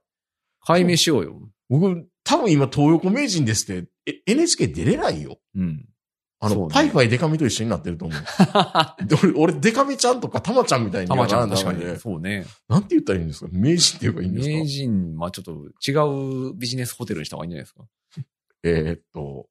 [SPEAKER 3] 解明しようよ。
[SPEAKER 2] 僕、多分今東横名人ですって、え NHK 出れないよ。
[SPEAKER 3] うん。
[SPEAKER 2] あ
[SPEAKER 3] そう
[SPEAKER 2] の、
[SPEAKER 3] ね
[SPEAKER 2] パイパイデカミと一緒になってると思う。 で俺、俺デカミちゃんとかタマちゃんみたいに
[SPEAKER 3] たまちゃん
[SPEAKER 2] なら
[SPEAKER 3] 確か
[SPEAKER 2] ないの
[SPEAKER 3] に。
[SPEAKER 2] で
[SPEAKER 3] そうね。
[SPEAKER 2] なんて言ったらいいんですか名人って言えばいいんですか
[SPEAKER 3] 名人、まあちょっと違うビジネスホテルにした方がいいんじゃない ですか。
[SPEAKER 2] えーっと、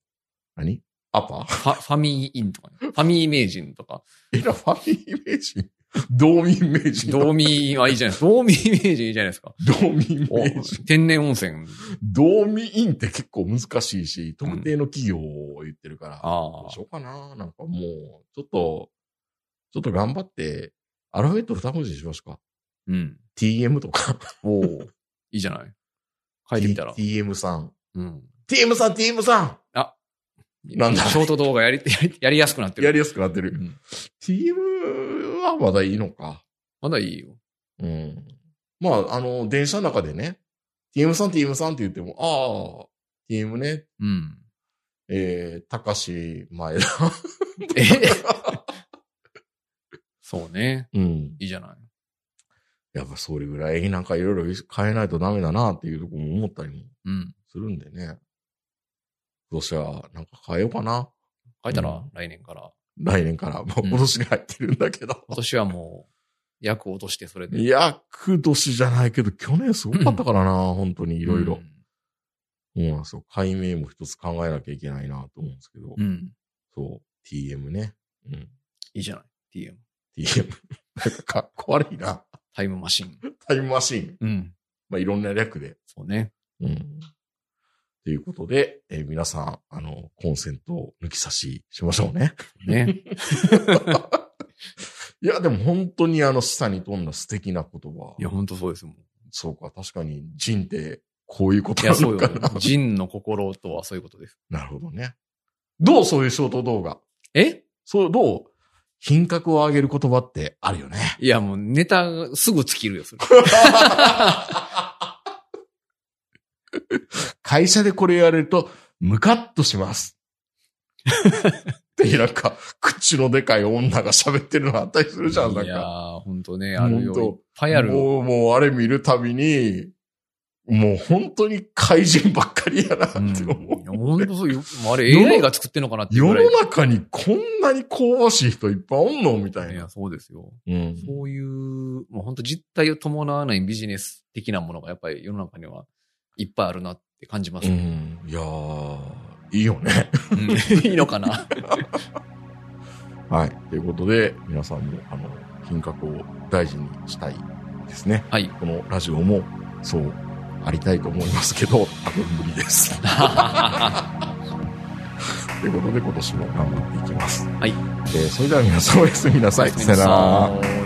[SPEAKER 2] 何アパ
[SPEAKER 3] ファファミーインとかね。ファミー名人とか。
[SPEAKER 2] えら、ファミリー名人道民名人
[SPEAKER 3] 道民はいいじゃないです か。道民名人いいじゃないですか。
[SPEAKER 2] 道民
[SPEAKER 3] お
[SPEAKER 2] 名人。
[SPEAKER 3] 天然温泉。
[SPEAKER 2] 道民院って結構難しいし、特定の企業を言ってるから、
[SPEAKER 3] ああ
[SPEAKER 2] どうしようかな。なんかもう、ちょっと、ちょっと頑張って、アルファベット2文字にしますか。
[SPEAKER 3] うん。
[SPEAKER 2] TM とか。
[SPEAKER 3] おおいいじゃない。書いてみたら。
[SPEAKER 2] T- TM さん。
[SPEAKER 3] うん。
[SPEAKER 2] TM さん、TM さんなんだ
[SPEAKER 3] ショート動画やり、 やりやりやすくなってる。
[SPEAKER 2] やりやすくなってる。
[SPEAKER 3] うん。
[SPEAKER 2] TM はまだいいのか。
[SPEAKER 3] まだいいよ。
[SPEAKER 2] うん。まあ、あの、電車の中でね、TM さん、TM さんって言っても、ああ、TM ね、
[SPEAKER 3] うん。
[SPEAKER 2] えー、高橋前田。
[SPEAKER 3] え そうね。
[SPEAKER 2] うん。
[SPEAKER 3] いいじゃない。
[SPEAKER 2] やっぱそれぐらいなんかいろいろ変えないとダメだなっていうとこも思ったりも
[SPEAKER 3] うん。
[SPEAKER 2] するんでね。今年はなんか変えようかな。
[SPEAKER 3] 書いたら、
[SPEAKER 2] うん
[SPEAKER 3] 来年から。
[SPEAKER 2] 来年から、もう
[SPEAKER 3] うん
[SPEAKER 2] 今年に入ってるんだけど。
[SPEAKER 3] 今年はもう、役を落としてそれで。
[SPEAKER 2] いや、く年じゃないけど、去年すごかったからな、本当にいろいろ。そうなんですよ。解明も一つ考えなきゃいけないなと思うんですけど。
[SPEAKER 3] うん。うん。
[SPEAKER 2] そう。TM ね。 うん。
[SPEAKER 3] いいじゃない。TM。
[SPEAKER 2] TM。なんか かっこ悪いな。
[SPEAKER 3] タイムマシン。
[SPEAKER 2] タイムマシン。
[SPEAKER 3] うん。
[SPEAKER 2] まあ、いろんな略で。
[SPEAKER 3] そうね。
[SPEAKER 2] うん。ということで、えー皆さん、あの、コンセントを抜き差ししましょうね。
[SPEAKER 3] ね。
[SPEAKER 2] いや、でも本当にあの、示唆に富んだ素敵な言葉
[SPEAKER 3] い。や、本当そうですもん。
[SPEAKER 2] そうか、確かに人ってこういうこと
[SPEAKER 3] い
[SPEAKER 2] な
[SPEAKER 3] や、そう
[SPEAKER 2] の
[SPEAKER 3] よ
[SPEAKER 2] かな。。
[SPEAKER 3] 人の心とはそういうことです。
[SPEAKER 2] なるほどね。どうそういうショート動画。
[SPEAKER 3] え
[SPEAKER 2] そう、どう品格を上げる言葉ってあるよね。
[SPEAKER 3] いや、もうネタがすぐ尽きるよ、それ。
[SPEAKER 2] 会社でこれ言われると、ムカッとします。って、なんか、口のでかい女が喋ってるのあったりするじゃん、なん
[SPEAKER 3] いや
[SPEAKER 2] か。
[SPEAKER 3] ー、ほんとね、あるよ。
[SPEAKER 2] ほ
[SPEAKER 3] い
[SPEAKER 2] んと
[SPEAKER 3] っぱいあるよ。
[SPEAKER 2] もう、もう、あれ見るたびに、もう本当に怪人ばっかりやなって
[SPEAKER 3] うん、
[SPEAKER 2] 思う。
[SPEAKER 3] いやほんとそうよ。もうあれ
[SPEAKER 2] 世の
[SPEAKER 3] AI が作ってんのかなっていう
[SPEAKER 2] 世
[SPEAKER 3] ぐらい。
[SPEAKER 2] の中にこんなに香ばしい人いっぱいおんのみたい
[SPEAKER 3] い
[SPEAKER 2] な。
[SPEAKER 3] や、そうですよ。
[SPEAKER 2] うん
[SPEAKER 3] そういう、もう本当実態を伴わないビジネス的なものがやっぱり世の中にはいっぱいあるなって感じます
[SPEAKER 2] う
[SPEAKER 3] ね。
[SPEAKER 2] ん。いやー、いいよね。
[SPEAKER 3] うんいいのか な
[SPEAKER 2] はい。ということで、皆さんも、あの、品格を大事にしたいですね。
[SPEAKER 3] はい。
[SPEAKER 2] このラジオも、そう、ありたいと思いますけど、多分無理 です。ということで、今年も頑張っていきます。
[SPEAKER 3] はい
[SPEAKER 2] えーそれでは皆さんおやすみなさい。さよなら。
[SPEAKER 3] ら。